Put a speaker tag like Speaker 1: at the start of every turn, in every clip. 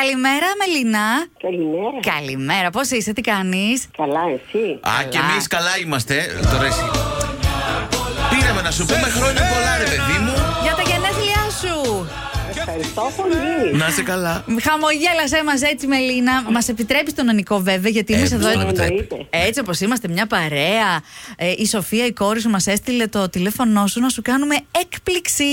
Speaker 1: Καλημέρα, Μελινά.
Speaker 2: Καλημέρα.
Speaker 1: Καλημέρα, πώς είσαι, τι κάνεις.
Speaker 2: Καλά, εσύ.
Speaker 3: Α, και εμείς καλά είμαστε. Τώρα εσύ. Πήραμε να σου πούμε χρόνια πολλά, ρε παιδί μου.
Speaker 1: Για τα γενέθλιά σου.
Speaker 2: Ευχαριστώ πολύ.
Speaker 3: Να είσαι καλά.
Speaker 1: Χαμογέλασέ μας έτσι, Μελίνα. Μας επιτρέπει τον Ανικό, βέβαια, γιατί
Speaker 3: Ε,
Speaker 1: εμείς εδώ.
Speaker 3: στον Ανικό.
Speaker 2: Εννοείται.
Speaker 1: Έτσι, όπως είμαστε, μια παρέα. Ε, η Σοφία, η κόρη σου, μας έστειλε το τηλέφωνό σου να σου κάνουμε έκπληξη.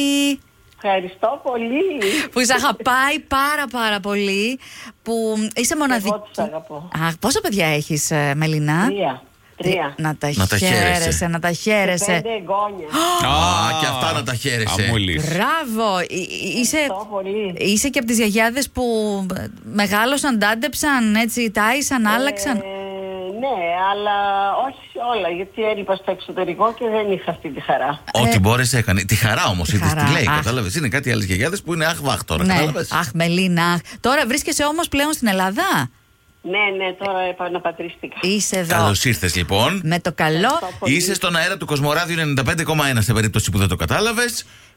Speaker 2: Ευχαριστώ πολύ.
Speaker 1: Που σε αγαπάει πάρα πάρα πολύ. Που είσαι μοναδική.
Speaker 2: Εγώ τους αγαπώ.
Speaker 1: Αχ, πόσα παιδιά έχεις, Μελίνα.
Speaker 2: Τρία. Τρία.
Speaker 1: Να τα,
Speaker 3: Να τα χαίρεσαι.
Speaker 1: χαίρεσαι, να τα χαίρεσαι.
Speaker 2: Πέντε εγγόνια.
Speaker 3: Α, και αυτά να τα χαίρεσαι.
Speaker 4: Αμούλης.
Speaker 1: Μπράβο! Ε, ε, Είσαι,
Speaker 2: Ευχαριστώ πολύ.
Speaker 1: είσαι και από τις γιαγιάδες που ε, μεγάλωσαν, τάντεψαν, έτσι, τάισαν, άλλαξαν.
Speaker 2: Ε, ναι, αλλά όχι όλα, γιατί έλειπα στο εξωτερικό και δεν είχα αυτή τη χαρά.
Speaker 3: Ό,τι μπόρεσε έκανε. Τη χαρά όμως, είδε
Speaker 1: Ε, χαρά,
Speaker 3: τι λέει.
Speaker 1: αχ.
Speaker 3: Κατάλαβες. Είναι κάτι άλλες γιαγιάδες που είναι αχ βάχτορα.
Speaker 1: ναι.
Speaker 3: Κατάλαβες.
Speaker 1: Αχ, Μελίνα. αχ. Τώρα βρίσκεσαι όμως πλέον στην Ελλάδα.
Speaker 2: Ναι, ναι, τώρα επαναπατρίστηκα.
Speaker 1: Είσαι εδώ. Ναι.
Speaker 3: Καλώς ήρθες λοιπόν.
Speaker 1: Με το καλό
Speaker 2: Ευχαριστώ πολύ.
Speaker 3: Είσαι στον αέρα του Κοσμοράδιου 95,1 σε περίπτωση που δεν το κατάλαβες.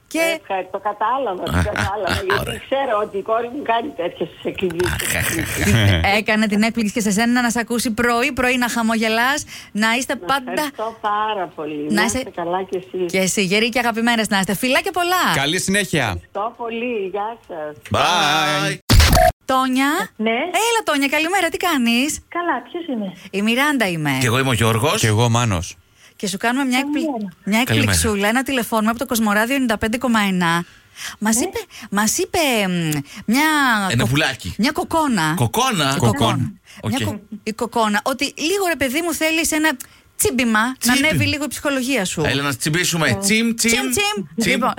Speaker 1: και.
Speaker 2: Ε, Ευχαριστώ, κατάλαβα, το κατάλαβα,
Speaker 3: Ωραία.
Speaker 2: γιατί ξέρω ότι η κόρη μου κάνει τέτοιες εκκλήσεις.
Speaker 1: Έκανε την έκπληξη και σε σένα να σε ακούσει πρωί-πρωί να χαμογελάς, να είστε πάντα.
Speaker 2: Ευχαριστώ πάρα πολύ.
Speaker 1: Να
Speaker 2: Να
Speaker 1: είσαι-
Speaker 2: είστε καλά κι εσείς.
Speaker 1: Και εσύ, γεροί και αγαπημένες να είστε. Φιλά και πολλά.
Speaker 4: Καλή συνέχεια.
Speaker 2: Ευχαριστώ πολύ. Γεια σας.
Speaker 3: Bye.
Speaker 1: Τόνια.
Speaker 5: Ναι.
Speaker 1: Έλα, Τόνια, καλημέρα, τι κάνεις
Speaker 5: Καλά, ποιος είναι.
Speaker 1: Η Μιράντα είμαι.
Speaker 3: Και εγώ είμαι ο Γιώργος.
Speaker 4: Και εγώ, Μάνος.
Speaker 1: Και σου κάνουμε μια, εκπλη... μια
Speaker 3: Καλημέρα.
Speaker 1: εκπληξούλα, ένα τηλεφώνημα από το Κοσμοράδιο 95,1. Μα
Speaker 5: Ε.
Speaker 1: είπε, μας είπε μ, μια.
Speaker 3: Ένα
Speaker 1: κο-
Speaker 3: πουλάκι.
Speaker 1: Μια κοκόνα.
Speaker 3: Κοκόνα.
Speaker 4: Κοκόνα.
Speaker 1: Μια
Speaker 3: Οκ.
Speaker 1: κο- Η κοκόνα. Ότι λίγο ρε παιδί μου θέλεις ένα τσίμπημα να
Speaker 3: Τσίμπημα.
Speaker 1: ανέβει λίγο η ψυχολογία σου.
Speaker 3: Έλα να τσιμπήσουμε. Τσιμ, τσιμ.
Speaker 1: Τσιμ, τσιμ. Λοιπόν,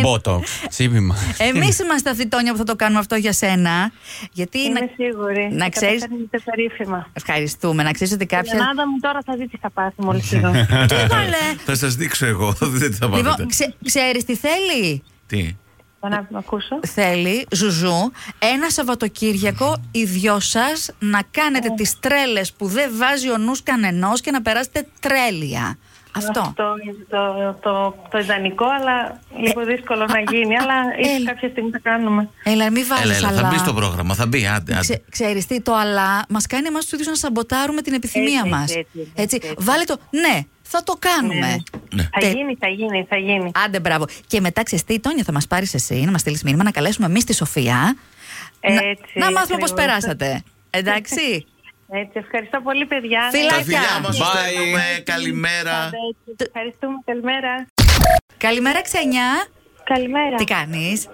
Speaker 4: Μπότο. Τσίπημα.
Speaker 1: εμείς είμαστε αυτοί, Τόνια, που θα το κάνουμε αυτό για σένα. Γιατί να...
Speaker 5: Είμαι σίγουρη.
Speaker 1: να ξέρεις-
Speaker 5: Καταφέρνετε περίφημα.
Speaker 1: Ευχαριστούμε. Να ξέρεις ότι
Speaker 5: Η
Speaker 1: κάποια.
Speaker 5: Ελλάδα μου τώρα θα δει τι θα πάθει μόλις εδώ.
Speaker 1: Τι βάλε.
Speaker 3: Θα σας δείξω εγώ. Δεν θα πάρετε.
Speaker 1: Λοιπόν, ξε... ξέρεις τι θέλει.
Speaker 3: Τι.
Speaker 5: να μ' ακούσω.
Speaker 1: θέλει, Ζουζού, ένα Σαββατοκύριακο οι δυο σας να
Speaker 5: Ναι.
Speaker 1: κάνετε τις τρέλες που δεν βάζει ο νους κανενός και να περάσετε τρέλια. Αυτό.
Speaker 5: Αυτό είναι το, το, το ιδανικό, αλλά λίγο δύσκολο να γίνει. Αλλά ίσως
Speaker 1: έλα.
Speaker 5: κάποια στιγμή θα κάνουμε.
Speaker 1: Έλα, μην βάζεις
Speaker 3: Έλα, έλα,
Speaker 1: αλλά.
Speaker 3: θα μπεις στο πρόγραμμα. Θα μπει. Άντε, άντε.
Speaker 1: Ξε, ξέρεις τι, το αλλά μας κάνει εμάς τους ίδιους να σαμποτάρουμε την επιθυμία
Speaker 5: Έτσι,
Speaker 1: μας.
Speaker 5: έτσι, έτσι, έτσι.
Speaker 1: Βάλε το, ναι, θα το κάνουμε.
Speaker 3: Ναι.
Speaker 5: Ε, Θα
Speaker 1: Τε-
Speaker 5: γίνει, θα γίνει, θα γίνει.
Speaker 1: Άντε, μπράβο. Και μετά ξέρεις τι, Τόνια, θα μας πάρεις εσύ, να μας στείλεις μήνυμα, να καλέσουμε εμείς τη Σοφία. να-
Speaker 5: Έτσι,
Speaker 1: να, μάθουμε πώς
Speaker 5: ακριβώς.
Speaker 1: περάσατε. Εντάξει.
Speaker 5: Έτσι, ευχαριστώ πολύ, παιδιά.
Speaker 1: Φιλά-
Speaker 3: Τα
Speaker 1: Φιλάκια.
Speaker 3: φιλιά μας.
Speaker 4: Bye.
Speaker 3: Καλημέρα.
Speaker 5: Έτσι, Ευχαριστούμε, καλημέρα.
Speaker 1: Καλημέρα, Ξενιά.
Speaker 5: Καλημέρα.
Speaker 1: Τι κάνεις.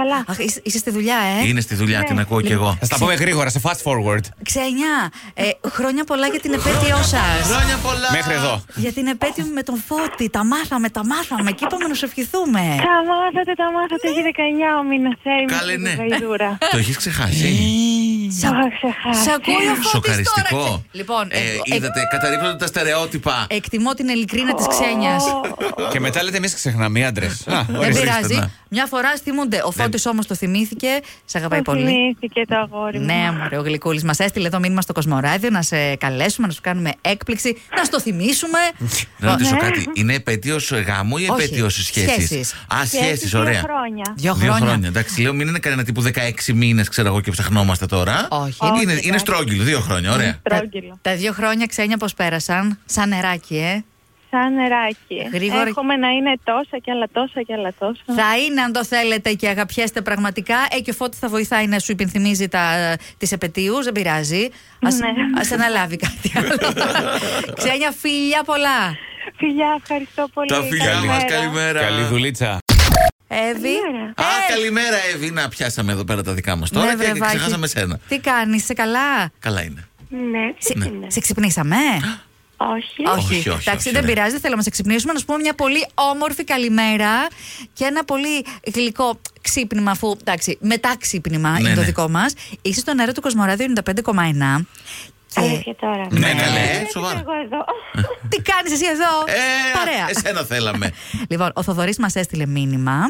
Speaker 5: Καλά.
Speaker 1: Αχ, είσαι, είσαι στη δουλειά, ε. λοιπόν.
Speaker 3: Είναι στη δουλειά, την ακούω κι εγώ.
Speaker 4: Θα τα πούμε γρήγορα, σε fast forward.
Speaker 1: Ξένια, ε, χρόνια πολλά για την επέτειό σας.
Speaker 3: Χρόνια πολλά.
Speaker 4: Μέχρι εδώ.
Speaker 1: Για την επέτειο με τον Φώτη. Τα μάθαμε, τα μάθαμε και είπαμε να σου ευχηθούμε.
Speaker 5: Τα μάθατε, τα μάθατε. Έχει 19 ο ε, μήνα.
Speaker 3: Καλέ, ναι.
Speaker 5: Γαϊδούρα.
Speaker 3: Το έχεις ξεχάσει. Ε,
Speaker 1: Σα-
Speaker 5: Το είχα ξεχάσει.
Speaker 1: Σ' ακούει ο Φώτης Ε, τώρα.
Speaker 3: Σοκαριστικό.
Speaker 1: ξε- Λοιπόν,
Speaker 3: Ε,
Speaker 1: εγώ- Ε, εκ-
Speaker 3: είδατε, καταρρύπτονται τα στερεότυπα.
Speaker 1: εκτιμώ την ειλικρίνα της Ξένιας.
Speaker 4: Και μετά λέτε εμείς ξεχνάμε, οι άντρες.
Speaker 1: Δεν
Speaker 3: ορίστε ναι.
Speaker 1: πειράζει.
Speaker 3: να.
Speaker 1: Μια φορά θυμούνται. Ο Φώτης όμως το θυμήθηκε. Σε αγαπάει
Speaker 5: Το
Speaker 1: πολύ.
Speaker 5: θυμήθηκε το αγόρι μου.
Speaker 1: Ναι, μωρέ, ο Γλυκούλης μας έστειλε εδώ μήνυμα στο Κοσμοράδιο να σε καλέσουμε, να σου κάνουμε έκπληξη, να στο θυμίσουμε. Ε,
Speaker 3: Να ρωτήσω κάτι. Είναι επέτειο γάμου ή
Speaker 1: Όχι,
Speaker 3: επέτειο σχέση.
Speaker 1: σχέσεις.
Speaker 3: Α,
Speaker 5: Και έτσι
Speaker 3: σχέσει,
Speaker 5: δύο
Speaker 3: ωραία.
Speaker 5: χρόνια.
Speaker 1: Δύο
Speaker 3: Δύο
Speaker 1: χρόνια.
Speaker 3: χρόνια. Εντάξει, λέω μην είναι κανένα τύπου 16 μήνες, ξέρω εγώ και ψαχνόμαστε τώρα.
Speaker 1: Όχι.
Speaker 3: Είναι,
Speaker 5: Όχι,
Speaker 3: είναι
Speaker 5: εντάξει.
Speaker 3: στρόγγυλο, δύο χρόνια, ωραία.
Speaker 1: Τα-
Speaker 5: Τρόγγυλο.
Speaker 1: Τα δύο χρόνια ξένια πώς πέρασαν. Σαν νεράκι, ε.
Speaker 5: Σαν νεράκι.
Speaker 1: Γρήγορα.
Speaker 5: Εύχομαι να είναι τόσα και άλλα τόσα και άλλα τόσα.
Speaker 1: Θα είναι αν το θέλετε και αγαπιέστε πραγματικά. Ε, και ο Φώτης θα βοηθάει να σου υπενθυμίζει τα, τις επαιτίους, δεν πειράζει. Ας,
Speaker 5: Ναι.
Speaker 1: ας αναλάβει κάτι άλλο. Ξένια φίλια πολλά.
Speaker 5: Φιλιά, ευχαριστώ πολύ.
Speaker 3: Τα φιλιά
Speaker 5: Καλημέρα.
Speaker 3: μας, καλημέρα.
Speaker 4: Καλή δουλίτσα.
Speaker 1: Εύη. Ε,
Speaker 3: Α, καλημέρα, Εύη. Να πιάσαμε εδώ πέρα τα δικά μας τώρα
Speaker 1: ναι, βρε,
Speaker 3: και
Speaker 1: Βάκη.
Speaker 3: ξεχάσαμε σένα.
Speaker 1: Τι κάνεις, είσαι καλά.
Speaker 3: Καλά είναι.
Speaker 5: Ναι,
Speaker 1: Σε,
Speaker 5: τι είναι.
Speaker 1: σε ξυπνήσαμε.
Speaker 5: Όχι.
Speaker 3: όχι, όχι,
Speaker 1: Εντάξει,
Speaker 3: όχι,
Speaker 1: δεν
Speaker 3: ναι.
Speaker 1: πειράζει. δεν Θέλω να σε ξυπνήσουμε. Να σου πούμε μια πολύ όμορφη καλημέρα και ένα πολύ γλυκό ξύπνημα, αφού εντάξει, μετά ξύπνημα είναι το
Speaker 3: ναι.
Speaker 1: δικό μας. Είσαι στον αέρα του Κοσμοράδιου 95,1. Και
Speaker 5: Αλήθεια τώρα.
Speaker 3: Ναι, καλέ,
Speaker 5: Δεν είμαι
Speaker 3: σοβαρά. Ε.
Speaker 5: Εγώ εδώ.
Speaker 1: τι κάνεις εσύ εδώ, Παρέα.
Speaker 3: εσένα θέλαμε.
Speaker 1: Λοιπόν, ο Θοδωρής μας έστειλε μήνυμα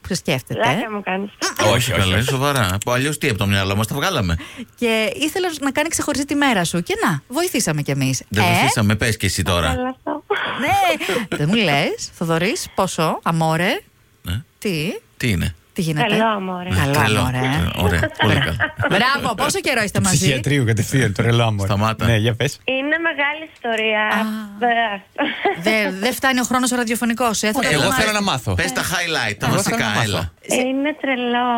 Speaker 1: που σε σκέφτεται
Speaker 5: Λάκα μου κάνεις.
Speaker 3: όχι, Ε. καλές, σοβαρά. Αλλιώς τι από το μυαλό μας τα βγάλαμε.
Speaker 1: και ήθελε να κάνει ξεχωριστή τη μέρα σου. Και να, βοηθήσαμε κι Ε, εμείς.
Speaker 3: Δεν βοηθήσαμε, πες και εσύ τώρα.
Speaker 5: Αλλά αυτό.
Speaker 1: ναι. Δεν μου λες, Θοδωρής, πόσο, αμόρε,
Speaker 3: Ναι.
Speaker 1: τι.
Speaker 3: Τι είναι. Ε,
Speaker 1: Τι γίνεται.
Speaker 5: Καλό, μωρέ.
Speaker 3: Ναι,
Speaker 1: Καλά,
Speaker 3: Τρελό. Ε,
Speaker 1: μωρέ.
Speaker 3: Ωραία, πολύ καλά.
Speaker 1: Μπράβο, πόσο καιρό είστε μαζί.
Speaker 4: Ψυχιατρίου κατευθείαν, τρελό μου.
Speaker 3: Σταμάτα.
Speaker 4: Ναι, για πες.
Speaker 5: Είναι μεγάλη ιστορία. Ε,
Speaker 1: Δεν δεν φτάνει ο ε, χρόνος ο ραδιοφωνικός.
Speaker 4: Εγώ θέλω να μάθω.
Speaker 3: Πες τα highlight, τα
Speaker 4: Εγώ θέλω να
Speaker 3: βασικά,
Speaker 4: μάθω.
Speaker 3: έλα.
Speaker 5: Είναι τρελό,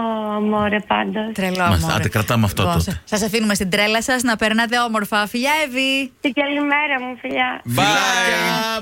Speaker 5: μωρέ, πάντως.
Speaker 1: Τρελό
Speaker 3: Μάλιστα,
Speaker 1: μου.
Speaker 3: άντε, κρατάμε αυτό τότε.
Speaker 1: Σας αφήνουμε στην τρέλα σας να περνάτε όμορφα. Φιλιά, Εύη.
Speaker 5: Και καλημέρα μου, φιλιά.
Speaker 4: Bye.
Speaker 3: Φιλάκια.